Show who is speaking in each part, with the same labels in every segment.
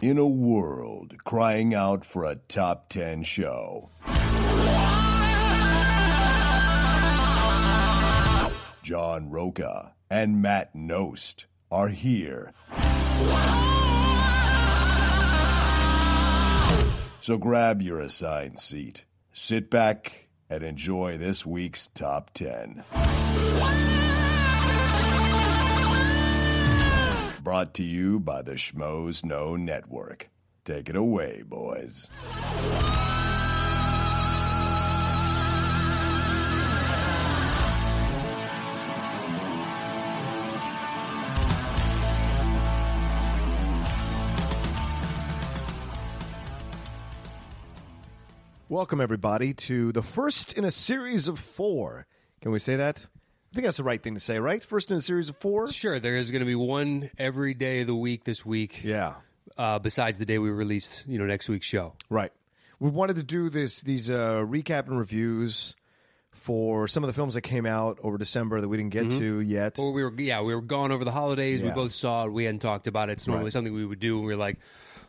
Speaker 1: in a world crying out for a top 10 show. John Roca and Matt Nost are here. So grab your assigned seat, sit back, and enjoy this week's top 10. Brought to you by the Schmoes No Network. Take it away, boys.
Speaker 2: Welcome, everybody, to the first in a series of four. Can we say that? I think that's the right thing to say, right? First in a series of four?
Speaker 3: Sure, there is going to be one every day of the week this week.
Speaker 2: Yeah,
Speaker 3: Uh, besides the day we release, you know, next week's show.
Speaker 2: right. We wanted to do this these uh, recap and reviews for some of the films that came out over December that we didn't get
Speaker 3: Mm-hmm.
Speaker 2: to yet.
Speaker 3: Or we were, yeah, we were gone over the holidays. We
Speaker 2: Yeah.
Speaker 3: both saw it. We hadn't talked about it. It's normally something we would do. And we were like,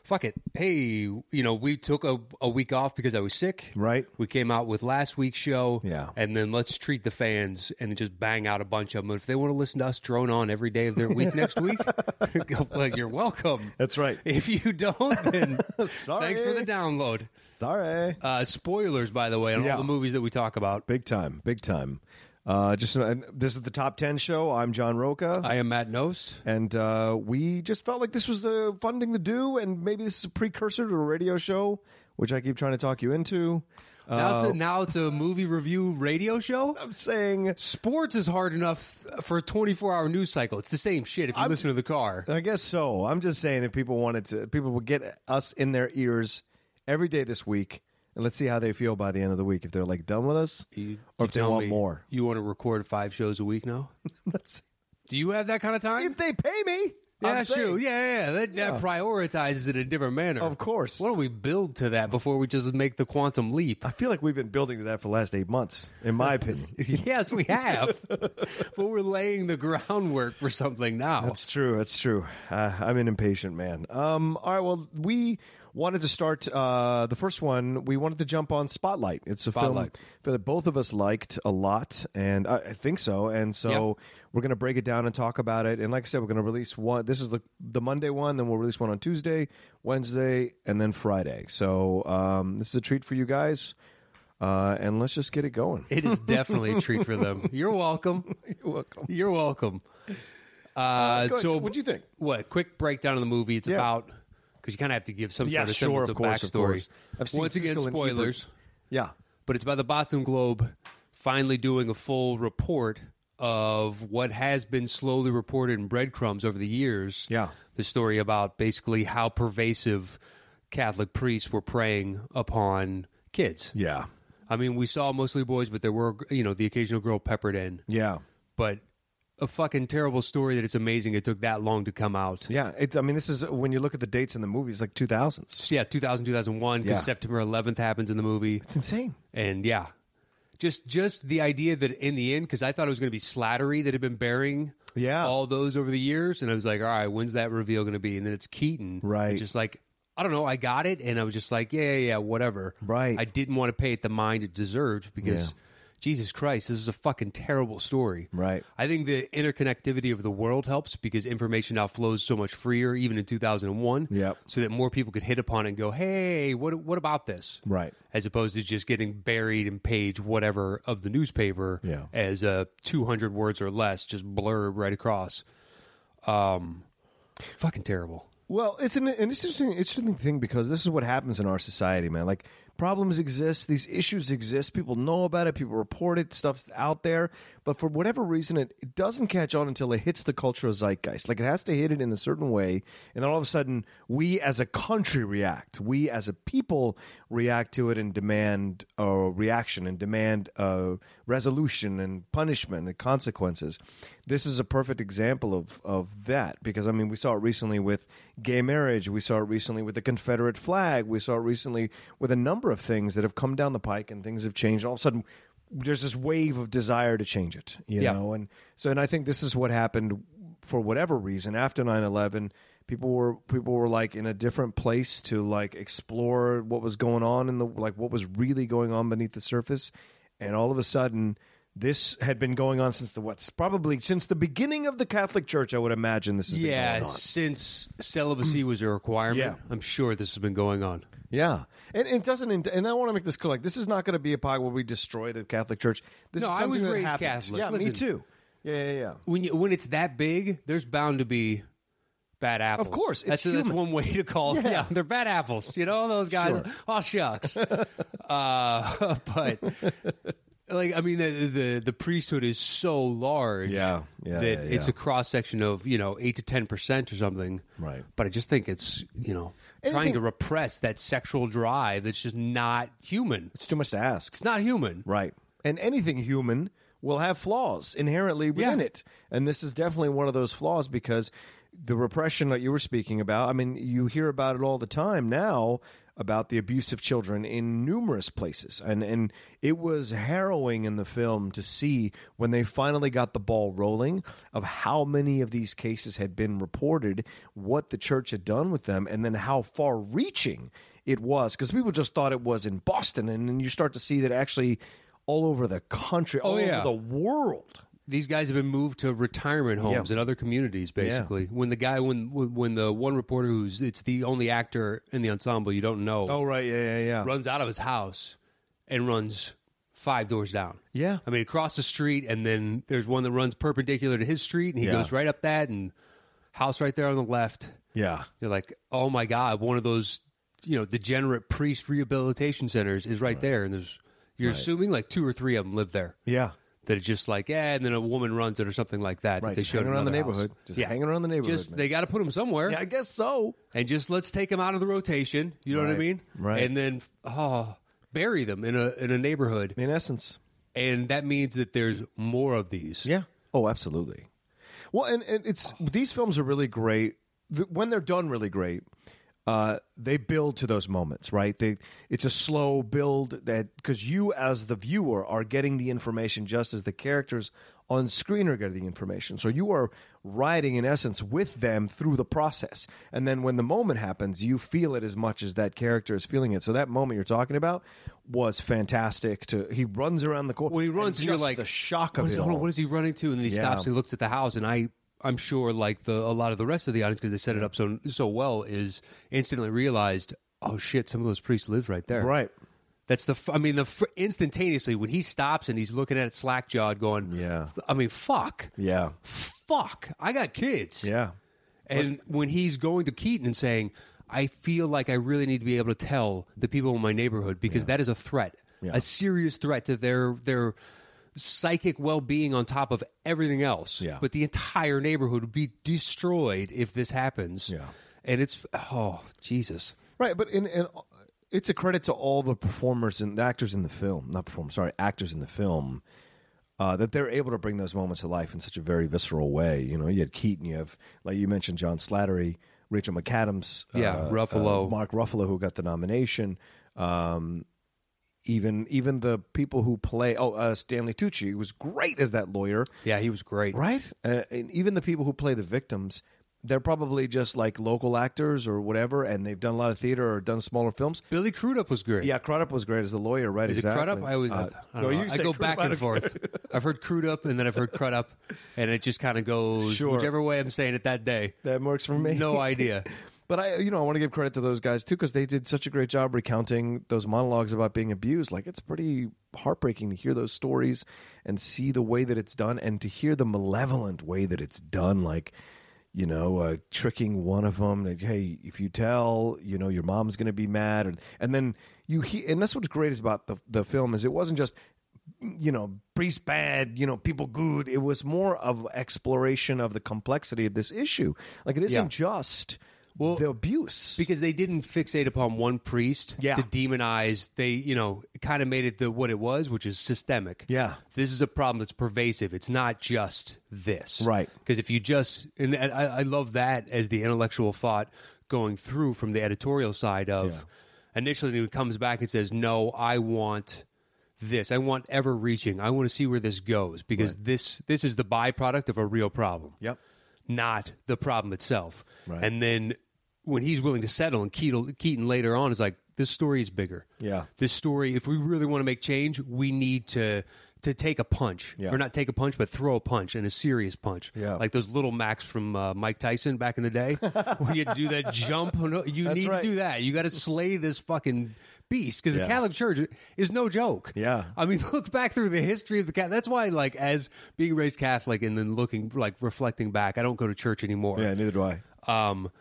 Speaker 3: fuck it. Hey, you know, we took a, a week off because I was sick.
Speaker 2: Right.
Speaker 3: We came out with last week's show.
Speaker 2: Yeah.
Speaker 3: And then let's treat the fans and just bang out a bunch of them. And if they want to listen to us drone on every day of their week next week, like, you're welcome.
Speaker 2: That's right.
Speaker 3: If you don't, then thanks for
Speaker 2: Sorry.
Speaker 3: the download.
Speaker 2: Sorry.
Speaker 3: Uh, spoilers, by the way, on
Speaker 2: Yeah.
Speaker 3: all the movies that we talk about.
Speaker 2: Big time, big time. Uh, just and This is the top 10 show. I'm John Roca.
Speaker 3: I am Matt Nost.
Speaker 2: and uh, we just felt like this was the fun thing to do, and maybe this is a precursor to a radio show, which I keep trying to talk you into.
Speaker 3: Now
Speaker 2: Uh,
Speaker 3: it's, a, now it's a movie review radio show.
Speaker 2: I'm saying
Speaker 3: Sports is hard enough for a 24 hour news cycle. It's the same shit if you listen to the car.
Speaker 2: I guess so. I'm just saying if people wanted to, people will get us in their ears every day this week, and let's see how they feel by the end of the week. If they're like done with us, or if they
Speaker 3: tell
Speaker 2: want
Speaker 3: me
Speaker 2: more.
Speaker 3: You want to record five shows a week now?
Speaker 2: Let's-
Speaker 3: Do you have that kind of time?
Speaker 2: if they pay me,
Speaker 3: yeah,
Speaker 2: I'm
Speaker 3: that's
Speaker 2: saying-
Speaker 3: true. Yeah, yeah, yeah. That, that prioritizes it in a different manner.
Speaker 2: Of course.
Speaker 3: Why don't we build to that before we just make the quantum leap?
Speaker 2: I feel like we've been building to that for the last eight months, in my opinion.
Speaker 3: yes, we have. but we're laying the groundwork for something now.
Speaker 2: That's true. That's true. Uh, I'm an impatient man. Um, all right. Well, we wanted to start uh, the first one. We wanted to jump on Spotlight. It's a
Speaker 3: Spotlight.
Speaker 2: film that both of us liked a lot, and I, I think so. And so
Speaker 3: Yeah.
Speaker 2: we're going to break it down and talk about it. And like I said, we're going to release one. This is the the Monday one. Then we'll release one on Tuesday, Wednesday, and then Friday. So um, this is a treat for you guys. Uh, and let's just get it going.
Speaker 3: It is definitely a treat for them. You're welcome.
Speaker 2: You're welcome.
Speaker 3: You're welcome. Uh,
Speaker 2: go ahead.
Speaker 3: so,
Speaker 2: What'd you think?
Speaker 3: What quick breakdown of the movie? It's
Speaker 2: Yeah.
Speaker 3: about because you kind of have to give some
Speaker 2: Yeah,
Speaker 3: sort of
Speaker 2: sure,
Speaker 3: semblance
Speaker 2: of course, of
Speaker 3: backstory.
Speaker 2: course. I've seen
Speaker 3: Once again,
Speaker 2: Siskel and Ebert.
Speaker 3: spoilers.
Speaker 2: Yeah.
Speaker 3: But it's about the Boston Globe finally doing a full report of what has been slowly reported in breadcrumbs over the years.
Speaker 2: Yeah.
Speaker 3: The story about basically how pervasive Catholic priests were preying upon kids.
Speaker 2: Yeah.
Speaker 3: I mean, we saw mostly boys, but there were, you know, the occasional girl peppered in
Speaker 2: Yeah.
Speaker 3: but a fucking terrible story that it's amazing it took that long to come out.
Speaker 2: Yeah, it's. I mean, this is when you look at the dates in the movie, it's like two thousands.
Speaker 3: Yeah, 2000, 2001, because
Speaker 2: Yeah.
Speaker 3: September 11th happens in the movie.
Speaker 2: It's insane.
Speaker 3: And yeah, just just the idea that in the end, because I thought it was going to be Slattery that had been burying
Speaker 2: Yeah.
Speaker 3: all those over the years. And I was like, all right, when's that reveal going to be? And then it's Keaton.
Speaker 2: Right.
Speaker 3: It's Just like, I don't know, I got it. And I was just like, yeah, yeah, yeah, whatever.
Speaker 2: Right.
Speaker 3: I didn't want to pay it the mind it deserved because. Jesus Christ, this is a fucking terrible story.
Speaker 2: Right.
Speaker 3: I think the interconnectivity of the world helps because information now flows so much freer, even in 2001.
Speaker 2: Yep.
Speaker 3: So that more people could hit upon it and go, hey, what, what about this?
Speaker 2: Right.
Speaker 3: As opposed to just getting buried in page whatever of the newspaper
Speaker 2: Yeah.
Speaker 3: as uh, 200 words or less, just blurb right across. Um, fucking terrible.
Speaker 2: Well, it's an, an interesting, interesting thing because this is what happens in our society, man. Like problems exist, these issues exist. People know about it, people report it, stuff's out there. But for whatever reason, it, it doesn't catch on until it hits the cultural zeitgeist. Like it has to hit it in a certain way, and then all of a sudden, we as a country react. We as a people react to it and demand a reaction and demand a resolution and punishment and consequences. This is a perfect example of of that because I mean we saw it recently with gay marriage, we saw it recently with the Confederate flag, we saw it recently with a number of things that have come down the pike and things have changed. All of a sudden, there's this wave of desire to change it, you
Speaker 3: Yeah.
Speaker 2: know, and so and I think this is what happened for whatever reason after 9-11 people were people were like in a different place to like explore what was going on in the like what was really going on beneath the surface and all of a sudden this had been going on since the what's probably since the beginning of the Catholic Church I would imagine this has been
Speaker 3: Yeah,
Speaker 2: going on.
Speaker 3: since celibacy was a requirement,
Speaker 2: Yeah.
Speaker 3: I'm sure this has been going on.
Speaker 2: Yeah, and it doesn't. ind- And I want to make this clear: like, this is not going to be a pod where we destroy the Catholic Church. This
Speaker 3: No,
Speaker 2: is
Speaker 3: I
Speaker 2: something
Speaker 3: was
Speaker 2: that
Speaker 3: raised
Speaker 2: happens.
Speaker 3: Catholic.
Speaker 2: Yeah, me
Speaker 3: Listen.
Speaker 2: too. Yeah, yeah, yeah.
Speaker 3: When you, when it's that big, there's bound to be bad apples.
Speaker 2: course, it's
Speaker 3: that's that's
Speaker 2: human.
Speaker 3: one way to call. Yeah. yeah, they're bad apples. You know those guys.
Speaker 2: Sure.
Speaker 3: Oh shucks. uh, but like, I mean, the, the the priesthood is so large.
Speaker 2: Yeah, yeah,
Speaker 3: that
Speaker 2: yeah, yeah.
Speaker 3: it's a cross section of you know eight to ten percent or something.
Speaker 2: Right.
Speaker 3: But I just think it's you know trying
Speaker 2: Anything-
Speaker 3: to repress that sexual drive that's just not human.
Speaker 2: It's too much to ask,
Speaker 3: It's not human.
Speaker 2: right? And anything human will have flaws inherently within
Speaker 3: Yeah.
Speaker 2: it, and this is definitely one of those flaws because the repression that you were speaking about. I mean, you hear about it all the time now about the abuse of children in numerous places, and and it was harrowing in the film to see when they finally got the ball rolling of how many of these cases had been reported, what the church had done with them, and then how far reaching it was. Because people just thought it was in Boston, and then you start to see that actually all over the country, all
Speaker 3: yeah.
Speaker 2: over the world.
Speaker 3: these guys have been moved to retirement homes
Speaker 2: Yeah.
Speaker 3: and other communities basically when the guy when when the one reporter who's it's the only actor in the ensemble you don't know
Speaker 2: Oh, right, yeah, yeah, yeah.
Speaker 3: runs out of his house and runs five doors down
Speaker 2: Yeah.
Speaker 3: i mean across the street and then there's one that runs perpendicular to his street and he
Speaker 2: Yeah.
Speaker 3: goes right up that and house right there on the left
Speaker 2: Yeah.
Speaker 3: you're like oh my god one of those you know degenerate priest rehabilitation centers is right, there and there's you're assuming like two or three of them live there
Speaker 2: Yeah.
Speaker 3: that it's just like yeah, and then a woman runs it or something like that.
Speaker 2: Right,
Speaker 3: that they
Speaker 2: just
Speaker 3: showed
Speaker 2: hanging around the
Speaker 3: another house.
Speaker 2: neighborhood. Just hanging around the neighborhood,
Speaker 3: Just
Speaker 2: man.
Speaker 3: they got to put him somewhere,
Speaker 2: Yeah, I guess so.
Speaker 3: and just let's take him out of the rotation. You know what I
Speaker 2: Right,
Speaker 3: mean?
Speaker 2: right.
Speaker 3: And then oh, bury them in a in a neighborhood,
Speaker 2: In essence.
Speaker 3: and that means that there's more of these.
Speaker 2: Yeah. Oh, absolutely. Well, and, and it's these films are really great The- when they're done really great. Uh, they build to those moments, right? They it's a slow build that because you as the viewer are getting the information just as the characters on screen are getting the information. So you are riding in essence with them through the process, and then when the moment happens, you feel it as much as that character is feeling it. So that moment you're talking about was fantastic. To he runs around the corner
Speaker 3: When he runs, and, you're like
Speaker 2: the shock of
Speaker 3: what is,
Speaker 2: it.
Speaker 3: hold on,
Speaker 2: all.
Speaker 3: what is he running to? And then he stops. He looks at the house, and I. I'm sure, like the a lot of the rest of the audience, because they set it up so so well, is instantly realized. Oh shit! Some of those priests live right there.
Speaker 2: Right.
Speaker 3: That's the. f- I mean, the f- instantaneously when he stops and he's looking at it slack jawed, going,
Speaker 2: Yeah.
Speaker 3: I mean, fuck,
Speaker 2: Yeah.
Speaker 3: fuck. I got kids.
Speaker 2: Yeah.
Speaker 3: And when he's going to Keaton and saying, I feel like I really need to be able to tell the people in my neighborhood because that is a threat,
Speaker 2: Yeah.
Speaker 3: a serious threat to their their psychic well being on top of everything else.
Speaker 2: Yeah.
Speaker 3: But the entire neighborhood would be destroyed if this happens.
Speaker 2: Yeah.
Speaker 3: And it's oh Jesus.
Speaker 2: Right. But in, in it's a credit to all the performers and the actors in the film, not performers, sorry, actors in the film, uh, that they're able to bring those moments to life in such a very visceral way. You know, you had Keaton, you have, like you mentioned, John Slattery, Rachel McAdams,
Speaker 3: Yeah, Ruffalo.
Speaker 2: uh, Mark Ruffalo, who got the nomination. Um, even even the people who play, oh, uh, Stanley Tucci was great as that lawyer.
Speaker 3: Yeah, he was great.
Speaker 2: right? Uh, and even the people who play the victims, they're probably just like local actors or whatever, and they've done a lot of theater or done smaller films.
Speaker 3: Billy Crudup was great.
Speaker 2: Yeah, Crudup was great as the lawyer, right?
Speaker 3: Is
Speaker 2: exactly.
Speaker 3: it Crudup? I always,
Speaker 2: Uh,
Speaker 3: I, don't know. I
Speaker 2: said
Speaker 3: go
Speaker 2: Crudup,
Speaker 3: back
Speaker 2: I
Speaker 3: and
Speaker 2: don't-
Speaker 3: forth. I've heard Crudup and then I've heard Crudup, and it just kind of goes
Speaker 2: Sure.
Speaker 3: whichever way I'm saying it that day.
Speaker 2: That works for me.
Speaker 3: No idea.
Speaker 2: But I, you know, I want to give credit to those guys too because they did such a great job recounting those monologues about being abused. Like it's pretty heartbreaking to hear those stories and see the way that it's done, and to hear the malevolent way that it's done. Like, you know, uh, tricking one of them. Like, hey, if you tell, you know, your mom's going to be mad, or, and then you hear. And that's what's great is about the the film is it wasn't just you know, priest bad, you know, people good. It was more of exploration of the complexity of this issue. Like it isn't
Speaker 3: Yeah.
Speaker 2: just the abuse.
Speaker 3: Because they didn't fixate upon one priest
Speaker 2: Yeah.
Speaker 3: to demonize. They, you know, kind of made it the what it was, which is systemic.
Speaker 2: Yeah.
Speaker 3: This is a problem that's pervasive. It's not just this.
Speaker 2: Right.
Speaker 3: Because if you just, and I, I love that as the intellectual thought going through from the editorial side of initially he comes back and says, no, I want this. I want ever reaching. I want to see where this goes because this this is the byproduct of a real problem.
Speaker 2: Yep.
Speaker 3: not the problem itself.
Speaker 2: Right.
Speaker 3: And then when he's willing to settle, and Keaton, Keaton later on is like, this story is bigger.
Speaker 2: Yeah.
Speaker 3: This story, if we really want to make change, we need to to take a punch,
Speaker 2: Yeah.
Speaker 3: or not take a punch, but throw a punch and a serious punch.
Speaker 2: Yeah.
Speaker 3: Like those little Macs from uh, Mike Tyson back in the day, where you had to do that jump. Oh, No, You
Speaker 2: That's
Speaker 3: need
Speaker 2: right.
Speaker 3: to do that. You got to slay this fucking beast because
Speaker 2: Yeah.
Speaker 3: the Catholic Church is no joke.
Speaker 2: Yeah.
Speaker 3: I mean, look back through the history of the Catholic. That's why, like, as being raised Catholic and then looking, like, reflecting back, I don't go to church anymore.
Speaker 2: Yeah, neither do I.
Speaker 3: Um,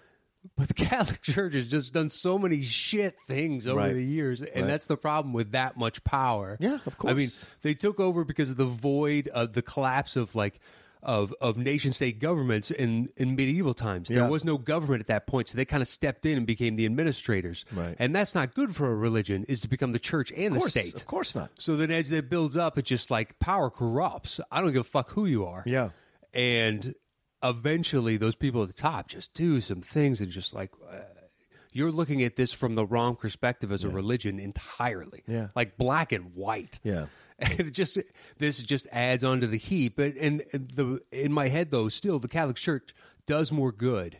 Speaker 3: but the Catholic Church has just done so many shit things over
Speaker 2: Right.
Speaker 3: the years, and that's the problem with that much power.
Speaker 2: Yeah, of
Speaker 3: I mean,
Speaker 2: course.
Speaker 3: they took over because of the void of the collapse of like of of nation state governments in in medieval times.
Speaker 2: Yeah.
Speaker 3: There was no government at that point, so they kind of stepped in and became the administrators.
Speaker 2: Right.
Speaker 3: and that's not good for a religion is to become the church and
Speaker 2: Of course,
Speaker 3: the state.
Speaker 2: of course not.
Speaker 3: So then, as that builds up, it's just like power corrupts. I don't give a fuck who you are.
Speaker 2: Yeah.
Speaker 3: And eventually, those people at the top just do some things and just like, uh, you're looking at this from the wrong perspective as a religion entirely.
Speaker 2: Yeah.
Speaker 3: Like black and white.
Speaker 2: Yeah.
Speaker 3: And it just this just adds onto the heap. But and the in my head though, still the Catholic Church does more good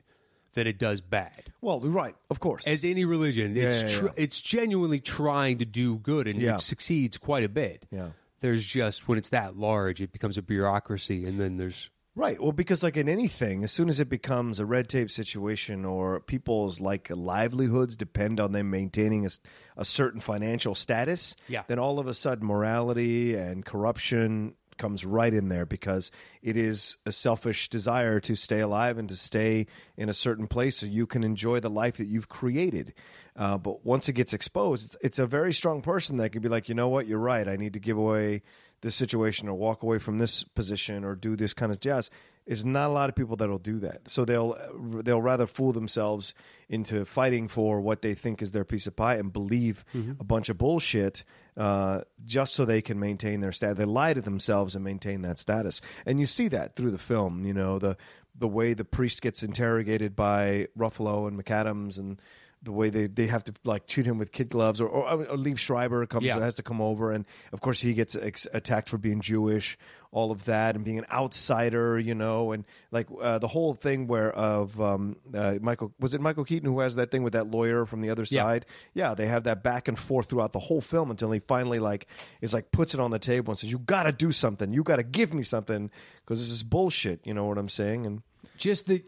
Speaker 3: than it does bad
Speaker 2: Well, you're right, of course.
Speaker 3: as any religion, it's
Speaker 2: yeah,
Speaker 3: tr-
Speaker 2: yeah.
Speaker 3: it's genuinely trying to do good and
Speaker 2: Yeah.
Speaker 3: it succeeds quite a bit.
Speaker 2: Yeah.
Speaker 3: There's just when it's that large, it becomes a bureaucracy, and then there's
Speaker 2: Right. Well, because like in anything, as soon as it becomes a red tape situation or people's like livelihoods depend on them maintaining a, s- a certain financial status,
Speaker 3: Yeah.
Speaker 2: then all of a sudden morality and corruption comes right in there because it is a selfish desire to stay alive and to stay in a certain place so you can enjoy the life that you've created. Uh, but once it gets exposed, it's, it's a very strong person that can be like, you know what, you're right. I need to give away this situation or walk away from this position or do this kind of jazz is not a lot of people that'll do that. So they'll they'll rather fool themselves into fighting for what they think is their piece of pie and believe a bunch of bullshit uh, just so they can maintain their status. They lie to themselves and maintain that status. And you see that through the film. You know the the way the priest gets interrogated by Ruffalo and McAdams and. The way they, they have to like treat him with kid gloves, or or, or leave Schreiber comes
Speaker 3: Yeah.
Speaker 2: has to come over, and of course he gets ex- attacked for being Jewish, all of that, and being an outsider, you know, and like uh, the whole thing where of um, uh, Michael was it Michael Keaton who has that thing with that lawyer from the other
Speaker 3: Yeah.
Speaker 2: side? Yeah, they have that back and forth throughout the whole film until he finally like is like puts it on the table and says, "You got to do something. You got to give me something because this is bullshit." You know what I'm saying? And
Speaker 3: just the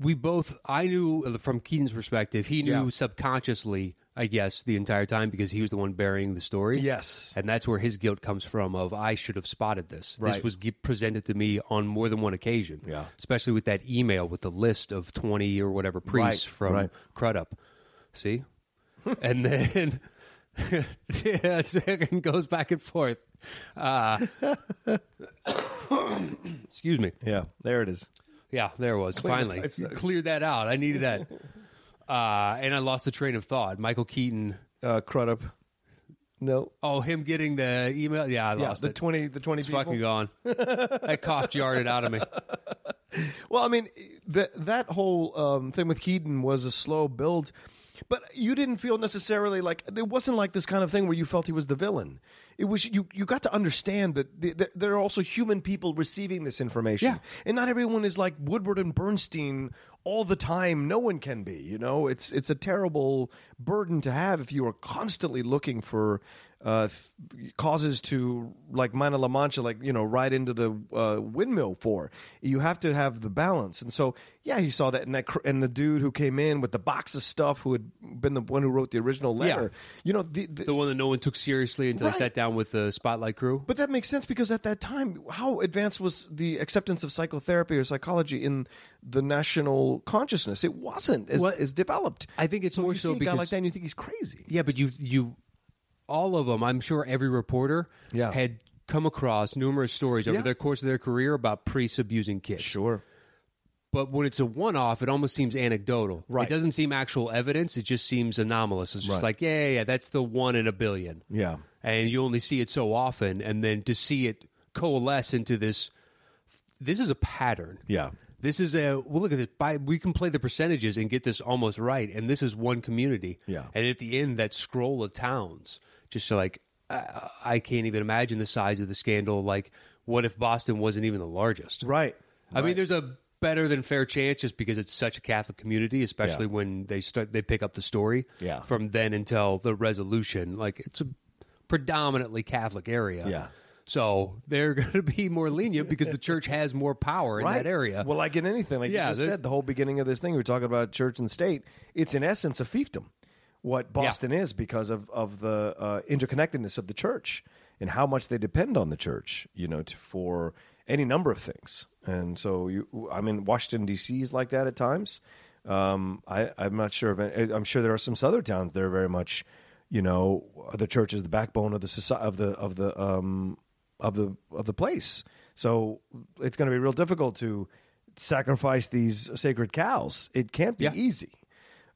Speaker 3: we both I knew from Keaton's perspective, he knew
Speaker 2: Yeah.
Speaker 3: subconsciously, I guess, the entire time because he was the one burying the story.
Speaker 2: yes,
Speaker 3: And that's where his guilt comes from of I should have spotted this.
Speaker 2: Right.
Speaker 3: This was gi- presented to me on more than one occasion.
Speaker 2: Yeah.
Speaker 3: Especially with that email with the list of 20 or whatever priests
Speaker 2: Right,
Speaker 3: from
Speaker 2: right.
Speaker 3: Crudup. See? and then yeah, it's- it goes back and forth. Uh, excuse me.
Speaker 2: yeah, there it is.
Speaker 3: Yeah, there it was. Finally,
Speaker 2: typesetter.
Speaker 3: cleared that out. I needed that. Uh, and I lost the train of thought. Michael Keaton.
Speaker 2: Uh, Crudup. No,
Speaker 3: Oh, him getting the email. Yeah, I
Speaker 2: yeah,
Speaker 3: lost
Speaker 2: the
Speaker 3: it.
Speaker 2: twenty, the twenty
Speaker 3: It's
Speaker 2: people.
Speaker 3: fucking gone. that cough jarred it out of me.
Speaker 2: Well, I mean, that that whole um, thing with Keaton was a slow build, but you didn't feel necessarily like there wasn't like this kind of thing where you felt he was the villain. It was you you got to understand that th- th- there are also human people receiving this information,
Speaker 3: Yeah.
Speaker 2: and not everyone is like Woodward and Bernstein all the time. No one can be, you know. It's it's a terrible burden to have if you are constantly looking for. Uh, th- causes to like Mina La Mancha, like you know, ride into the uh, windmill for. You have to have the balance, and so yeah, he saw that in that cr- and the dude who came in with the box of stuff who had been the one who wrote the original letter. You know, the,
Speaker 3: The one that no one took seriously until
Speaker 2: Right.
Speaker 3: they sat down with the Spotlight crew.
Speaker 2: but that makes sense because at that time, how advanced was the acceptance of psychotherapy or psychology in the national consciousness? It wasn't as, as developed.
Speaker 3: I think it's
Speaker 2: so
Speaker 3: more
Speaker 2: you
Speaker 3: so
Speaker 2: see a guy
Speaker 3: because-
Speaker 2: like that and you think he's crazy.
Speaker 3: yeah, but you you all of them. I'm sure every reporter
Speaker 2: Yeah.
Speaker 3: had come across numerous stories over
Speaker 2: Yeah.
Speaker 3: the course of their career about priests abusing kids.
Speaker 2: Sure.
Speaker 3: But when it's a one off, it almost seems anecdotal.
Speaker 2: Right.
Speaker 3: It doesn't seem actual evidence. It just seems anomalous. It's just
Speaker 2: Right.
Speaker 3: like, yeah, yeah, yeah, that's the one in a billion.
Speaker 2: Yeah.
Speaker 3: And you only see it so often. And then to see it coalesce into this, this is a pattern.
Speaker 2: Yeah.
Speaker 3: This is a, well, look at this. By, we can play the percentages and get this almost right. And this is one community.
Speaker 2: Yeah.
Speaker 3: And at the end, that scroll of towns, just like, I, I can't even imagine the size of the scandal. Like, what if Boston wasn't even the largest?
Speaker 2: Right.
Speaker 3: I mean, there's a better than fair chance just because it's such a Catholic community, especially when they start they pick up the story.
Speaker 2: Yeah.
Speaker 3: From then until the resolution, like it's a predominantly Catholic area.
Speaker 2: Yeah.
Speaker 3: So they're going to be more lenient because the church has more power in
Speaker 2: right?
Speaker 3: that area.
Speaker 2: Well, like in anything, like
Speaker 3: Yeah,
Speaker 2: you just
Speaker 3: they're-
Speaker 2: said, the whole beginning of this thing, we were talking about church and state. It's in essence a fiefdom, what Boston is because of of the uh, interconnectedness of the church and how much they depend on the church, you know, to, for any number of things. And so, you, I mean, Washington D.C. is like that at times. Um, I, I'm not sure of. Any, I'm sure there are some southern towns that are very much, you know, the church is the backbone of the society of the of the um, of the of the place. So it's going to be real difficult to sacrifice these sacred cows. It can't be
Speaker 3: Yeah.
Speaker 2: easy.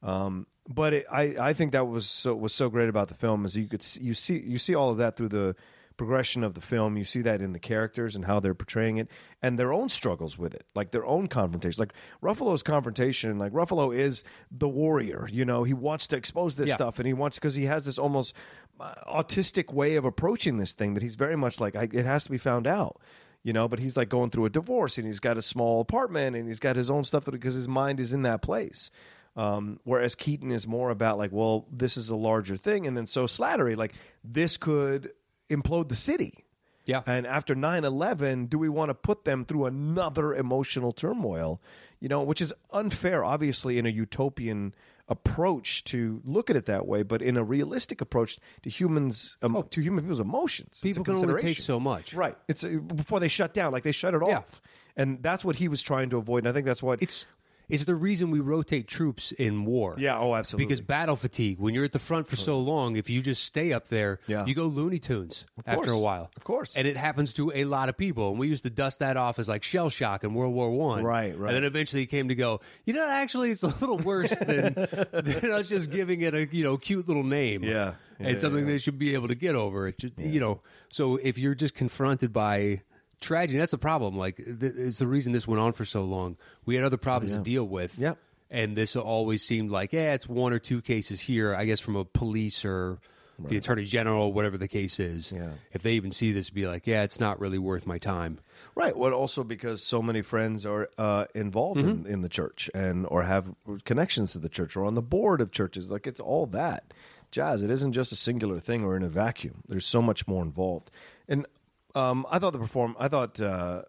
Speaker 2: Um, but it, I I think that was so was so great about the film is you could see, you see you see all of that through the progression of the film. You see that in the characters and how they're portraying it and their own struggles with it, like their own confrontations. Like Ruffalo's confrontation, like Ruffalo is the warrior. You know, he wants to expose this
Speaker 3: Yeah.
Speaker 2: stuff and he wants because he has this almost uh, autistic way of approaching this thing that he's very much like I, it has to be found out you know but he's like going through a divorce and he's got a small apartment and he's got his own stuff because his mind is in that place um, whereas keaton is more about like well this is a larger thing and then so slattery like this could implode the city
Speaker 3: Yeah.
Speaker 2: and after 9-11 do we want to put them through another emotional turmoil you know which is unfair obviously in a utopian approach to look at it that way but in a realistic approach to humans um, to human people's emotions It's a
Speaker 3: Oh. People can only take
Speaker 2: consideration.
Speaker 3: so much.
Speaker 2: right it's uh, before they shut down like they shut it
Speaker 3: Yeah.
Speaker 2: off and that's what he was trying to avoid and i think that's what
Speaker 3: It's it's the reason we rotate troops in war.
Speaker 2: Yeah, oh, absolutely.
Speaker 3: Because battle fatigue. When you're at the front for so long, if you just stay up there,
Speaker 2: Yeah.
Speaker 3: you go Looney Tunes after a
Speaker 2: course.
Speaker 3: while.
Speaker 2: Of course.
Speaker 3: And it happens to a lot of people. And we used to dust that off as like shell shock in World War One.
Speaker 2: Right, right.
Speaker 3: And then eventually it came to go, you know, actually it's a little worse than, than us just giving it a you know cute little name.
Speaker 2: Yeah.
Speaker 3: And
Speaker 2: Yeah,
Speaker 3: something they should be able to get over. It should, you know. So if you're just confronted by tragedy, that's the problem. Like th- it's the reason this went on for so long. We had other problems to deal with.
Speaker 2: Yep.
Speaker 3: And this always seemed like, yeah, it's one or two cases here, I guess, from a police or the attorney general, whatever the case is.
Speaker 2: Yeah.
Speaker 3: If they even see this, be like, yeah, it's not really worth my time.
Speaker 2: Right. Well, also because so many friends are uh, involved in, in the church and or have connections to the church or on the board of churches. Like it's all that jazz. It isn't just a singular thing or in a vacuum. There's so much more involved. And um, I thought the perform. I thought uh,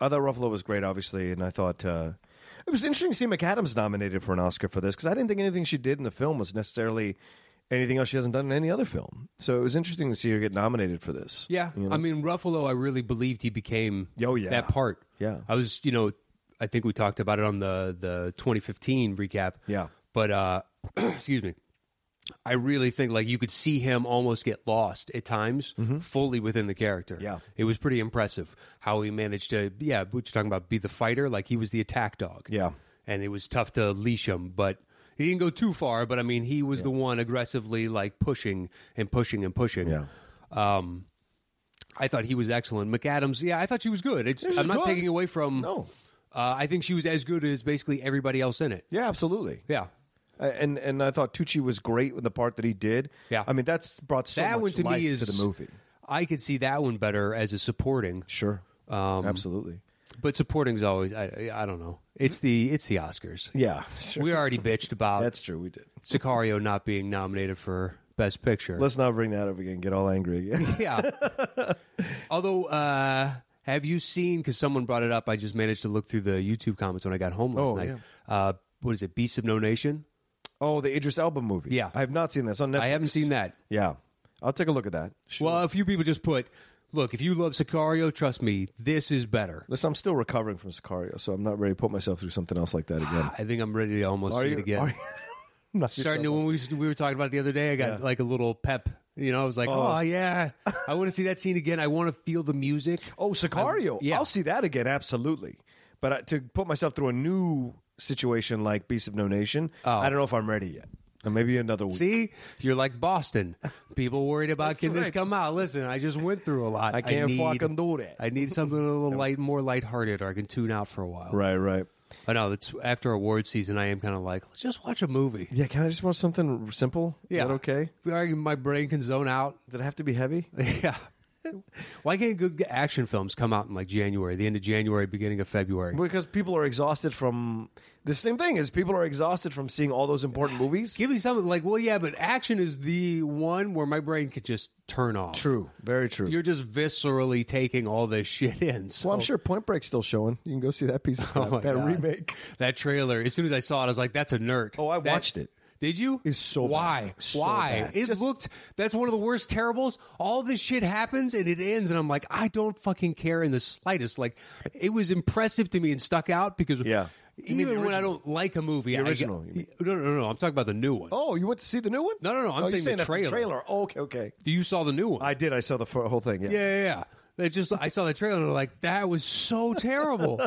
Speaker 2: I thought Ruffalo was great, obviously, and I thought. Uh, it was interesting to see McAdams nominated for an Oscar for this because I didn't think anything she did in the film was necessarily anything else she hasn't done in any other film. So it was interesting to see her get nominated for this.
Speaker 3: Yeah, I mean Ruffalo. I really believed he became
Speaker 2: Oh, yeah.
Speaker 3: that part.
Speaker 2: Yeah.
Speaker 3: I was you know I think we talked about it on the the 2015 recap.
Speaker 2: Yeah.
Speaker 3: but uh, excuse me. I really think like you could see him almost get lost at times, fully within the character.
Speaker 2: Mm-hmm. Yeah.
Speaker 3: it was pretty impressive how he managed to yeah. What you're talking about, be the fighter, like he was the attack dog.
Speaker 2: Yeah.
Speaker 3: and it was tough to leash him, but. He didn't go too far, but I mean, he was the one aggressively like pushing and pushing and pushing.
Speaker 2: Yeah.
Speaker 3: Um, I thought he was excellent. McAdams, yeah, I thought she was good. It's,
Speaker 2: was
Speaker 3: I'm not
Speaker 2: good.
Speaker 3: taking away from.
Speaker 2: No.
Speaker 3: uh, I think she was as good as basically everybody else in it.
Speaker 2: Yeah, absolutely.
Speaker 3: Yeah,
Speaker 2: Uh, and and I thought Tucci was great with the part that he did.
Speaker 3: Yeah.
Speaker 2: I mean that's brought so
Speaker 3: that
Speaker 2: much
Speaker 3: one to
Speaker 2: life
Speaker 3: me is
Speaker 2: to the movie.
Speaker 3: I could see that one better as a supporting,
Speaker 2: Sure,
Speaker 3: Um,
Speaker 2: absolutely.
Speaker 3: but supporting's always. I, I don't know. It's the it's the Oscars.
Speaker 2: Yeah, sure.
Speaker 3: We already bitched about
Speaker 2: that's true. We did.
Speaker 3: Sicario not being nominated for Best Picture.
Speaker 2: Let's not bring that up again. Get all angry again.
Speaker 3: yeah. Although, uh, have you seen? Because someone brought it up. I just managed to look through the YouTube comments when I got home last
Speaker 2: Oh,
Speaker 3: night. Uh, what is it? Beast of No Nation.
Speaker 2: oh, the Idris Elba movie.
Speaker 3: Yeah.
Speaker 2: I have not seen this on Netflix.
Speaker 3: I haven't seen that.
Speaker 2: Yeah, I'll take a look at that. Sure.
Speaker 3: Well, a few people just put, look, if you love Sicario, trust me, this is better.
Speaker 2: Listen, I'm still recovering from Sicario, so I'm not ready to put myself through something else like that again.
Speaker 3: I think I'm ready to almost see it again.
Speaker 2: are you- Knock
Speaker 3: Starting to
Speaker 2: yourself
Speaker 3: when we, was- we were talking about it the other day, I got like a little pep. You know, I was like, oh, yeah, I want to see that scene again. I want to feel the music.
Speaker 2: Oh, Sicario.
Speaker 3: yeah.
Speaker 2: I'll see that again, absolutely. But I, to put myself through a new situation like Beast of No Nation, I don't know if I'm ready yet. And maybe another week.
Speaker 3: See, you're like Boston. People worried about
Speaker 2: That's
Speaker 3: can this
Speaker 2: right.
Speaker 3: come out? Listen, I just went through a lot.
Speaker 2: I can't
Speaker 3: need,
Speaker 2: fucking do that.
Speaker 3: I need something a little light, more lighthearted, or I can tune out for a while.
Speaker 2: Right, right.
Speaker 3: I know it's after award season. I am kind of like, let's just watch a movie.
Speaker 2: Yeah, can I just want something simple? Is that okay?
Speaker 3: My brain can zone out.
Speaker 2: Did it have to be heavy?
Speaker 3: Yeah. Why can't good action films come out in like January, the end of January, beginning of February?
Speaker 2: because people are exhausted from the same thing is people are exhausted from seeing all those important movies.
Speaker 3: Give me something like, well, yeah, but action is the one where my brain could just turn off.
Speaker 2: True, very true.
Speaker 3: You're just viscerally taking all this shit in. So
Speaker 2: well, I'm sure Point Break's still showing. You can go see that piece of
Speaker 3: my
Speaker 2: that, that
Speaker 3: God.
Speaker 2: remake.
Speaker 3: that trailer, as soon as I saw it, I was like, that's a nerd.
Speaker 2: Oh, I
Speaker 3: That-
Speaker 2: watched it.
Speaker 3: Did you?
Speaker 2: It's so bad.
Speaker 3: why?
Speaker 2: So
Speaker 3: why?
Speaker 2: bad.
Speaker 3: It
Speaker 2: Just-
Speaker 3: looked. That's one of the worst terribles. All this shit happens and it ends, and I'm like, I don't fucking care in the slightest. Like, it was impressive to me and stuck out because
Speaker 2: Yeah. You mean the
Speaker 3: even when I
Speaker 2: original?
Speaker 3: don't like a movie, I
Speaker 2: original, you
Speaker 3: Get, no, no, no, no. I'm talking about the new one.
Speaker 2: Oh, you went to see the new one?
Speaker 3: No, no, no, I'm
Speaker 2: Oh, you're
Speaker 3: saying the
Speaker 2: that's
Speaker 3: trailer.
Speaker 2: trailer. Oh, okay, okay.
Speaker 3: You saw the new one.
Speaker 2: I did. I saw the whole thing. Yeah.
Speaker 3: yeah, yeah, yeah. That just I saw the trailer and I'm like, that was so terrible.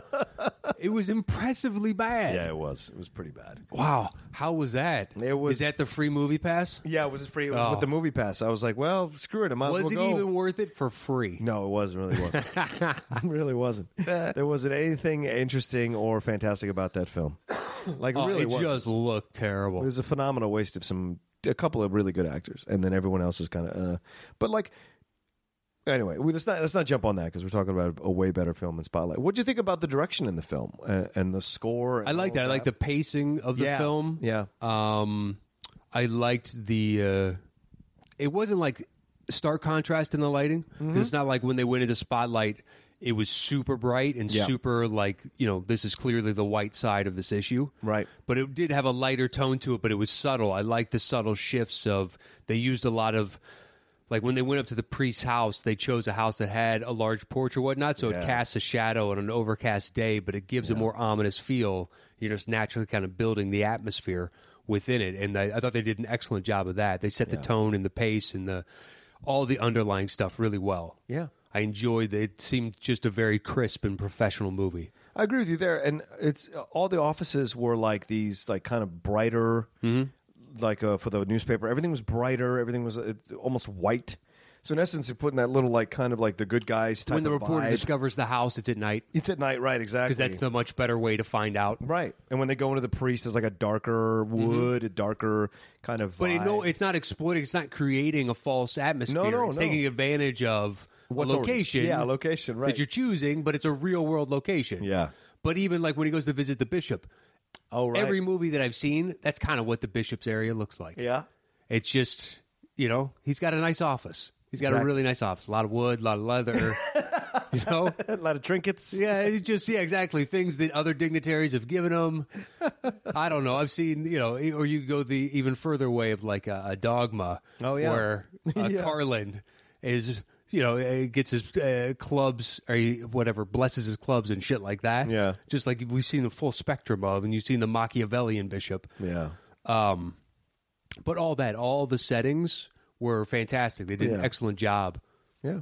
Speaker 3: it was impressively bad.
Speaker 2: Yeah, it was. It was pretty bad.
Speaker 3: Wow, how was that?
Speaker 2: It was-
Speaker 3: Is that the free movie pass?
Speaker 2: Yeah, it was free. It was
Speaker 3: Oh.
Speaker 2: with the movie pass. I was like, well, screw it. I might as
Speaker 3: Was
Speaker 2: well
Speaker 3: it
Speaker 2: go.
Speaker 3: even worth it for free?
Speaker 2: No, it wasn't. Really wasn't. It really wasn't. There wasn't anything interesting or fantastic about that film. Like it
Speaker 3: Oh,
Speaker 2: really
Speaker 3: it
Speaker 2: was.
Speaker 3: just looked terrible.
Speaker 2: It was a phenomenal waste of some a couple of really good actors, and then everyone else is kind of. Uh, but like, anyway, we, let's not let's not jump on that because we're talking about a way better film in Spotlight. What do you think about the direction in the film uh, and the score? And
Speaker 3: I liked
Speaker 2: all
Speaker 3: that. I
Speaker 2: of
Speaker 3: liked the pacing of the
Speaker 2: Yeah.
Speaker 3: film.
Speaker 2: Yeah.
Speaker 3: Um, I liked the. Uh, it wasn't like stark contrast in the lighting 'cause
Speaker 2: Mm-hmm.
Speaker 3: it's not like when they went into spotlight. It was super bright and
Speaker 2: Yeah.
Speaker 3: super like you know this is clearly the white side of this issue,
Speaker 2: Right.
Speaker 3: But it did have a lighter tone to it, but it was subtle. I liked the subtle shifts of they used a lot of like when they went up to the priest's house, they chose a house that had a large porch or whatnot, so it
Speaker 2: Yeah.
Speaker 3: casts a shadow on an overcast day, but it gives a more ominous feel. You're just naturally kind of building the atmosphere within it, and I, I thought they did an excellent job of that. They set the tone and the pace and the all the underlying stuff really well.
Speaker 2: Yeah.
Speaker 3: I enjoyed it. It seemed just a very crisp and professional movie.
Speaker 2: I agree with you there, and it's uh, all the offices were like these, like kind of brighter,
Speaker 3: Mm-hmm.
Speaker 2: like uh, for the newspaper. Everything was brighter. Everything was uh, almost white. So in essence, you're putting that little like kind of like the good guys type
Speaker 3: when the
Speaker 2: of
Speaker 3: reporter
Speaker 2: vibe.
Speaker 3: discovers the house, it's at night
Speaker 2: it's at night, right? Exactly.
Speaker 3: because that's the much better way to find out.
Speaker 2: right. And when they go into the priest, it's like a darker wood, a darker kind of. Vibe.
Speaker 3: Mm-hmm. But it, no, it's not exploiting. It's not creating a false atmosphere.
Speaker 2: No, no,
Speaker 3: it's
Speaker 2: no.
Speaker 3: taking advantage of
Speaker 2: What's
Speaker 3: a
Speaker 2: already-
Speaker 3: location.
Speaker 2: Yeah, location, right.
Speaker 3: that you're choosing, but it's a real world location.
Speaker 2: Yeah.
Speaker 3: But even like when he goes to visit the bishop,
Speaker 2: oh, right.
Speaker 3: every movie that I've seen, that's kind of what the bishop's area looks like.
Speaker 2: yeah.
Speaker 3: It's just you know he's got a nice office. He's got a
Speaker 2: Exactly.
Speaker 3: really nice office. A lot of wood, a lot of leather. you know.
Speaker 2: A lot of trinkets.
Speaker 3: Yeah, it's just yeah, exactly. Things that other dignitaries have given him. I don't know. I've seen you know, e, or you go the even further way of like a, a dogma.
Speaker 2: Oh, yeah.
Speaker 3: where uh,
Speaker 2: Yeah.
Speaker 3: Carlin is you know uh, gets his uh, clubs or he- whatever blesses his clubs and shit like that.
Speaker 2: Yeah.
Speaker 3: just like we've seen the full spectrum of, and you've seen the Machiavellian bishop.
Speaker 2: Yeah.
Speaker 3: Um, but all that, all the settings were fantastic. They did an
Speaker 2: Yeah.
Speaker 3: excellent job.
Speaker 2: Yeah.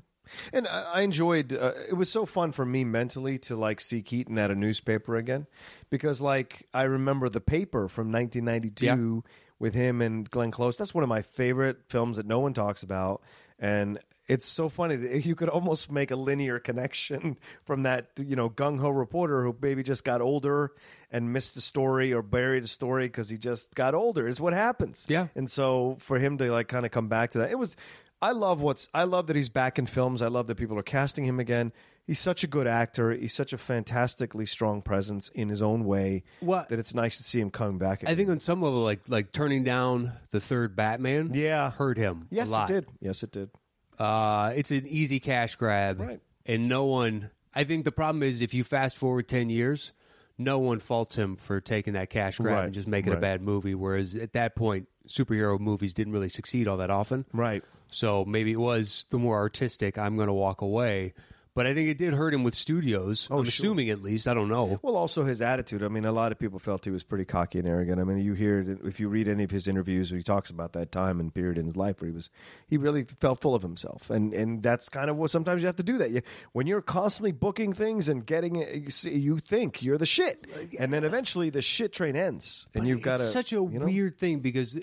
Speaker 2: And I I enjoyed. Uh, it was so fun for me mentally to like see Keaton at a newspaper again, because like I remember the paper from 1992 with him and Glenn Close. That's one of my favorite films that no one talks about, and it's so funny. that You could almost make a linear connection from that, you know, gung ho reporter who maybe just got older and missed a story or buried a story because he just got older. Is what happens.
Speaker 3: Yeah.
Speaker 2: And so for him to like kind of come back to that, it was. I love what's. I love that he's back in films. I love that people are casting him again. He's such a good actor. He's such a fantastically strong presence in his own way.
Speaker 3: What-
Speaker 2: that it's nice to see him coming back. Again.
Speaker 3: I think on some level, like like turning down the third Batman,
Speaker 2: Yeah.
Speaker 3: hurt him.
Speaker 2: Yes,
Speaker 3: a lot.
Speaker 2: it did. Yes, it did.
Speaker 3: Uh, it's an easy cash grab,
Speaker 2: Right.
Speaker 3: and no one. I think the problem is if you fast forward ten years, no one faults him for taking that cash grab
Speaker 2: Right,
Speaker 3: and just making
Speaker 2: right.
Speaker 3: a bad movie. Whereas at that point, superhero movies didn't really succeed all that often,
Speaker 2: Right.
Speaker 3: so maybe it was the more artistic. I'm going to walk away, but I think it did hurt him with studios.
Speaker 2: Oh,
Speaker 3: I'm assuming at least. I don't know.
Speaker 2: Well, also his attitude. I mean, a lot of people felt he was pretty cocky and arrogant. I mean, you hear it if you read any of his interviews, where he talks about that time and period in his life where he was he really felt full of himself, and and that's kind of what sometimes you have to do. That you, when you're constantly booking things and getting it, you see- you think you're the shit, and then eventually the shit train ends, and you've got
Speaker 3: it's
Speaker 2: to
Speaker 3: such a
Speaker 2: you know?
Speaker 3: weird thing because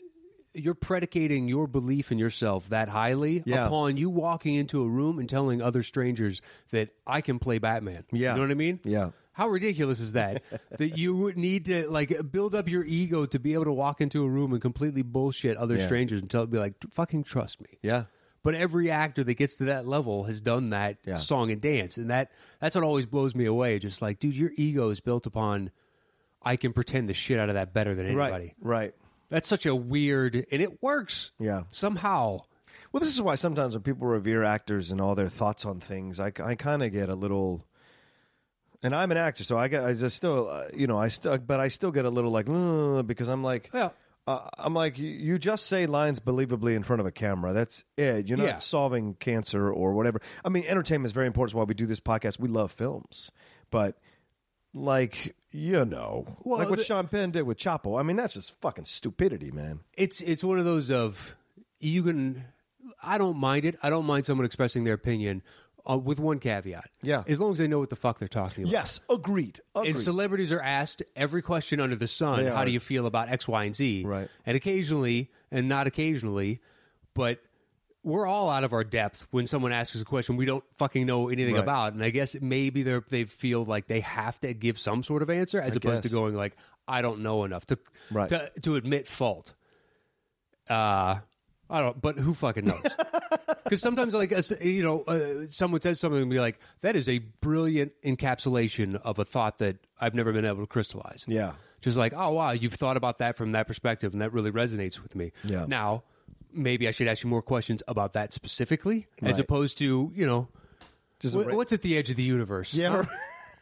Speaker 3: you're predicating your belief in yourself that highly
Speaker 2: Yeah.
Speaker 3: upon you walking into a room and telling other strangers that I can play Batman.
Speaker 2: Yeah.
Speaker 3: You know what I mean?
Speaker 2: Yeah.
Speaker 3: How ridiculous is that? that you would need to like build up your ego to be able to walk into a room and completely bullshit other
Speaker 2: Yeah.
Speaker 3: strangers and tell be like, fucking trust me.
Speaker 2: yeah.
Speaker 3: But every actor that gets to that level has done that
Speaker 2: Yeah.
Speaker 3: song and dance, and that that's what always blows me away. Just like, dude, your ego is built upon. I can pretend the shit out of that better than anybody.
Speaker 2: Right. Right.
Speaker 3: That's such a weird, and it works.
Speaker 2: Yeah.
Speaker 3: somehow.
Speaker 2: Well, this is why sometimes when people revere actors and all their thoughts on things, I, I kind of get a little. And I'm an actor, so I get I just still uh, you know I still but I still get a little like "Ugh," because I'm like
Speaker 3: Yeah.
Speaker 2: uh, I'm like you, you just say lines believably in front of a camera. That's it. You're not
Speaker 3: Yeah.
Speaker 2: solving cancer or whatever. I mean, entertainment is very important. It's why we do this podcast. We love films, but like you know, like what
Speaker 3: the-
Speaker 2: Sean Penn did with Chapo. I mean, that's just fucking stupidity, man.
Speaker 3: it's it's one of those of you can i don't mind it i don't mind someone expressing their opinion uh, with one caveat
Speaker 2: Yeah.
Speaker 3: as long as they know what the fuck they're talking about
Speaker 2: Yes, agreed.
Speaker 3: and
Speaker 2: agreed.
Speaker 3: celebrities are asked every question under the sun
Speaker 2: They
Speaker 3: how
Speaker 2: are.
Speaker 3: do you feel about x y and z
Speaker 2: Right.
Speaker 3: and occasionally and not occasionally but we're all out of our depth when someone asks us a question we don't fucking know anything
Speaker 2: Right.
Speaker 3: about and i guess maybe they are they feel like they have to give some sort of answer as opposed to
Speaker 2: guess.
Speaker 3: going like i don't know enough to
Speaker 2: Right.
Speaker 3: to, to admit fault uh I don't, but who fucking knows? Because sometimes, like, as- you know, uh, someone says something and be like, that is a brilliant encapsulation of a thought that I've never been able to crystallize.
Speaker 2: Yeah.
Speaker 3: Just like, oh, wow, you've thought about that from that perspective, and that really resonates with me.
Speaker 2: Yeah.
Speaker 3: Now, maybe I should ask you more questions about that specifically, as
Speaker 2: Right.
Speaker 3: opposed to, you know,
Speaker 2: Just
Speaker 3: wh-
Speaker 2: ra-
Speaker 3: what's at the edge of the universe?
Speaker 2: Yeah.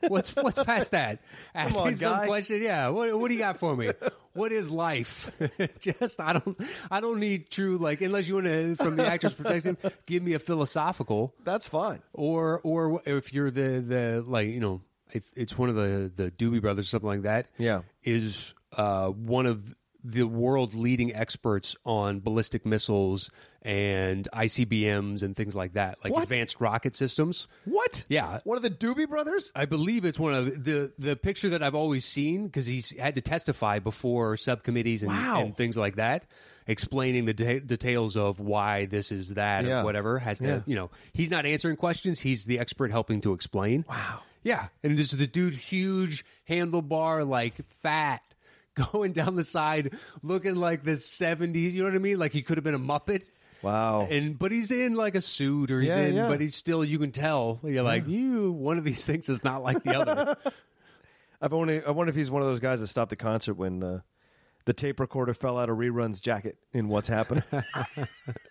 Speaker 3: what's what's past that? Ask
Speaker 2: on,
Speaker 3: me some
Speaker 2: guy.
Speaker 3: question. Yeah. What what do you got for me? What is life? Just I don't I don't need true like unless you want to from the actor's perspective give me a philosophical
Speaker 2: That's fine.
Speaker 3: or or if you're the the like you know if it's one of the the Doobie Brothers or something like that.
Speaker 2: Yeah.
Speaker 3: Is uh one of the world's leading experts on ballistic missiles and ICBMs and things like that, like
Speaker 2: What?
Speaker 3: advanced rocket systems.
Speaker 2: What?
Speaker 3: Yeah.
Speaker 2: One of the Doobie Brothers?
Speaker 3: I believe it's one of the the picture that I've always seen because he's had to testify before subcommittees and,
Speaker 2: Wow.
Speaker 3: and things like that, explaining the de- details of why this is that
Speaker 2: Yeah.
Speaker 3: or whatever. Has to you know he's not answering questions; he's the expert helping to explain. Wow. Yeah, and this is the dude, huge handlebar, like fat. Going down the side, looking like the '70s. You know what I mean? Like he could have been a Muppet.
Speaker 2: Wow.
Speaker 3: And but he's in like a suit or he's
Speaker 2: Yeah,
Speaker 3: in,
Speaker 2: yeah.
Speaker 3: but he's still you can tell you're like you one of these things is not like the other.
Speaker 2: I've only I wonder if he's one of those guys that stopped the concert when uh, the tape recorder fell out of Rerun's jacket in What's Happening.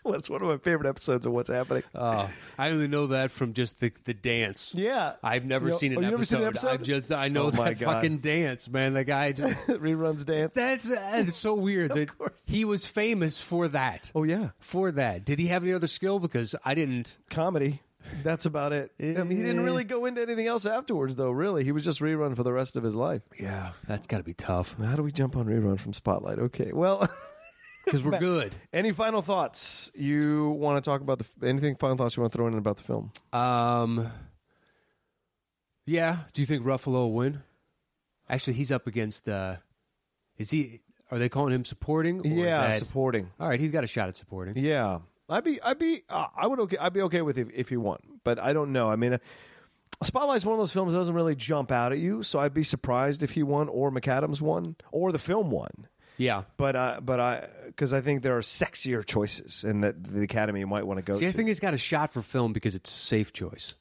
Speaker 2: That's one of my favorite episodes of What's Happening.
Speaker 3: Oh, I only know that from just the the dance.
Speaker 2: yeah.
Speaker 3: I've never
Speaker 2: You know-
Speaker 3: seen an
Speaker 2: oh,
Speaker 3: episode.
Speaker 2: you never seen an
Speaker 3: I've just I know
Speaker 2: Oh, my
Speaker 3: that
Speaker 2: God.
Speaker 3: fucking dance, man. The guy just
Speaker 2: Rerun's dance.
Speaker 3: that's uh, it's so weird that
Speaker 2: course.
Speaker 3: he was famous for that.
Speaker 2: Oh yeah.
Speaker 3: For that, did he have any other skill? Because I didn't.
Speaker 2: Comedy. That's about it. I mean, he didn't really go into anything else afterwards though, really. He was just rerun for the rest of his life.
Speaker 3: Yeah, that's got to be tough
Speaker 2: How do we jump on rerun from Spotlight? Okay. Well,
Speaker 3: because we're good.
Speaker 2: any final thoughts you want to talk about the f- anything final thoughts you want to throw in about the film?
Speaker 3: Um. Yeah. Do you think Ruffalo will win? Actually, he's up against. Uh, is he? Are they calling him supporting? or is that-
Speaker 2: supporting.
Speaker 3: all right, he's got a shot at supporting.
Speaker 2: Yeah, I'd be, I'd be, uh, I would okay, I'd be okay with if if he won, but I don't know. I mean, uh, Spotlight's one of those films that doesn't really jump out at you, so I'd be surprised if he won or McAdams won or the film won.
Speaker 3: Yeah.
Speaker 2: But uh, but I because I think there are sexier choices and that the Academy might want to go
Speaker 3: See, I
Speaker 2: to.
Speaker 3: think he's got a shot for film because it's a safe choice.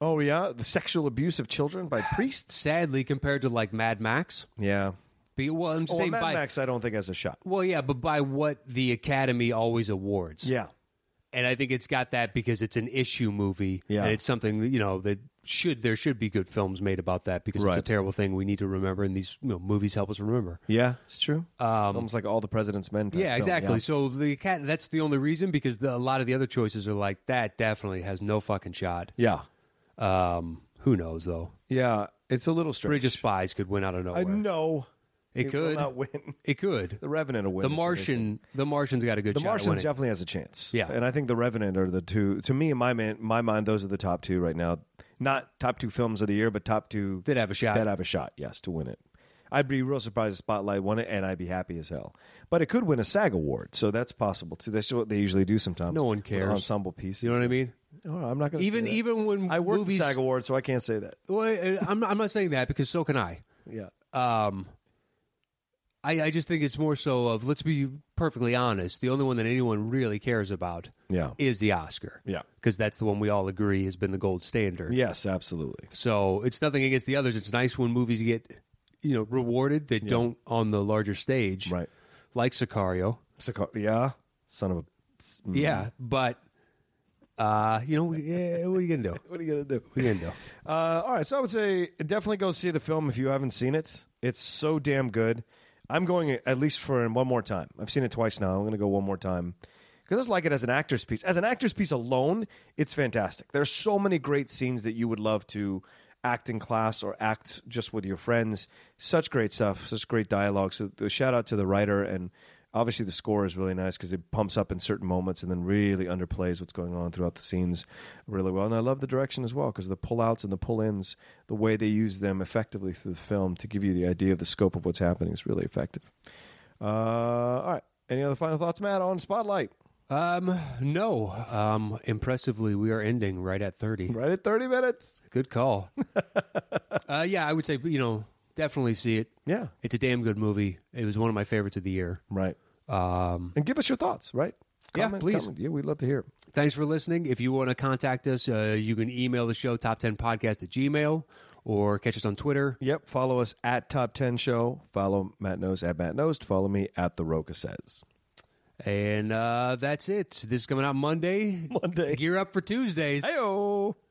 Speaker 2: oh yeah, the sexual abuse of children by priests.
Speaker 3: Sadly, compared to like Mad Max,
Speaker 2: Yeah.
Speaker 3: be- well, I'm
Speaker 2: Well,
Speaker 3: saying
Speaker 2: Mad
Speaker 3: by
Speaker 2: Max, I don't think has a shot.
Speaker 3: well, yeah, but by what the Academy always awards.
Speaker 2: Yeah.
Speaker 3: and I think it's got that because it's an issue movie,
Speaker 2: Yeah.
Speaker 3: and it's something that, you know that should there should be good films made about that because
Speaker 2: Right.
Speaker 3: it's a terrible thing we need to remember, and these you know, movies help us remember.
Speaker 2: Yeah, it's true. it's almost like all the president's men. type
Speaker 3: Um, Yeah,
Speaker 2: film,
Speaker 3: exactly. So the cat that's the only reason because the, a lot of the other choices are like that definitely has no fucking shot.
Speaker 2: Yeah.
Speaker 3: Um, who knows though?
Speaker 2: Yeah. It's a little strange.
Speaker 3: Bridge of Spies could win out of
Speaker 2: I
Speaker 3: nowhere.
Speaker 2: know.
Speaker 3: it
Speaker 2: will
Speaker 3: could.
Speaker 2: not win.
Speaker 3: It could.
Speaker 2: The Revenant will win.
Speaker 3: The Martian. The Martian's got a good
Speaker 2: The
Speaker 3: shot. at
Speaker 2: Martian
Speaker 3: winning.
Speaker 2: definitely has a chance.
Speaker 3: Yeah.
Speaker 2: and I think The Revenant are the two. To me, in my man, my mind, those are the top two right now. Not top two films of the year, but top two
Speaker 3: That have a shot.
Speaker 2: That have a shot. Yes, to win it. I'd be real surprised if Spotlight won it, and I'd be happy as hell. But it could win a SAG award, so that's possible too. That's what they usually do sometimes.
Speaker 3: No one
Speaker 2: with
Speaker 3: cares.
Speaker 2: ensemble pieces.
Speaker 3: you know what I mean?
Speaker 2: Oh, I'm not going
Speaker 3: Even even when
Speaker 2: I work
Speaker 3: movies,
Speaker 2: the SAG award, so I can't say that.
Speaker 3: Well, I'm I'm not saying that because so can I.
Speaker 2: Yeah,
Speaker 3: um, I, I just think it's more so of let's be perfectly honest. The only one that anyone really cares about
Speaker 2: Yeah.
Speaker 3: is the Oscar.
Speaker 2: Yeah.
Speaker 3: Because that's the one we all agree has been the gold standard.
Speaker 2: Yes, absolutely.
Speaker 3: So it's nothing against the others. It's nice when movies get, you know, rewarded that don't on the larger stage.
Speaker 2: Right.
Speaker 3: Like Sicario.
Speaker 2: Sicar- yeah, son of a. Mm-hmm.
Speaker 3: Yeah. But, uh, you know, we- yeah, what are you going to do?
Speaker 2: What are you gonna do?
Speaker 3: What are you going to do?
Speaker 2: Uh, all right, so I would say definitely go see the film if you haven't seen it. It's so damn good. I'm going at least for one more time. I've seen it twice now. I'm going to go one more time because I just like it as an actor's piece. As an actor's piece alone, it's fantastic. There's so many great scenes that you would love to act in class or act just with your friends. Such great stuff. Such great dialogue. So the shout out to the writer and obviously the score is really nice because it pumps up in certain moments and then really underplays what's going on throughout the scenes really well and i love the direction as well because the pull-outs and the pull-ins the way they use them effectively through the film to give you the idea of the scope of what's happening is really effective uh, all right any other final thoughts matt on spotlight
Speaker 3: Um, no. Um, impressively, we are ending right at 30.
Speaker 2: right at 30 minutes
Speaker 3: Good call. uh, yeah, I would say, you know, definitely see it.
Speaker 2: yeah
Speaker 3: It's a damn good movie. It was one of my favorites of the year.
Speaker 2: right
Speaker 3: Um,
Speaker 2: and give us your thoughts right
Speaker 3: Yeah, please.
Speaker 2: yeah we'd love to hear
Speaker 3: thanks for listening. If you want to contact us, uh, you can email the show top10podcast at gmail or catch us on Twitter.
Speaker 2: yep follow us at top 10 show follow matt knows at matt knows follow me at the roca says
Speaker 3: And uh, that's it. This is coming out Monday.
Speaker 2: Monday.
Speaker 3: Gear up for Tuesdays.
Speaker 2: hey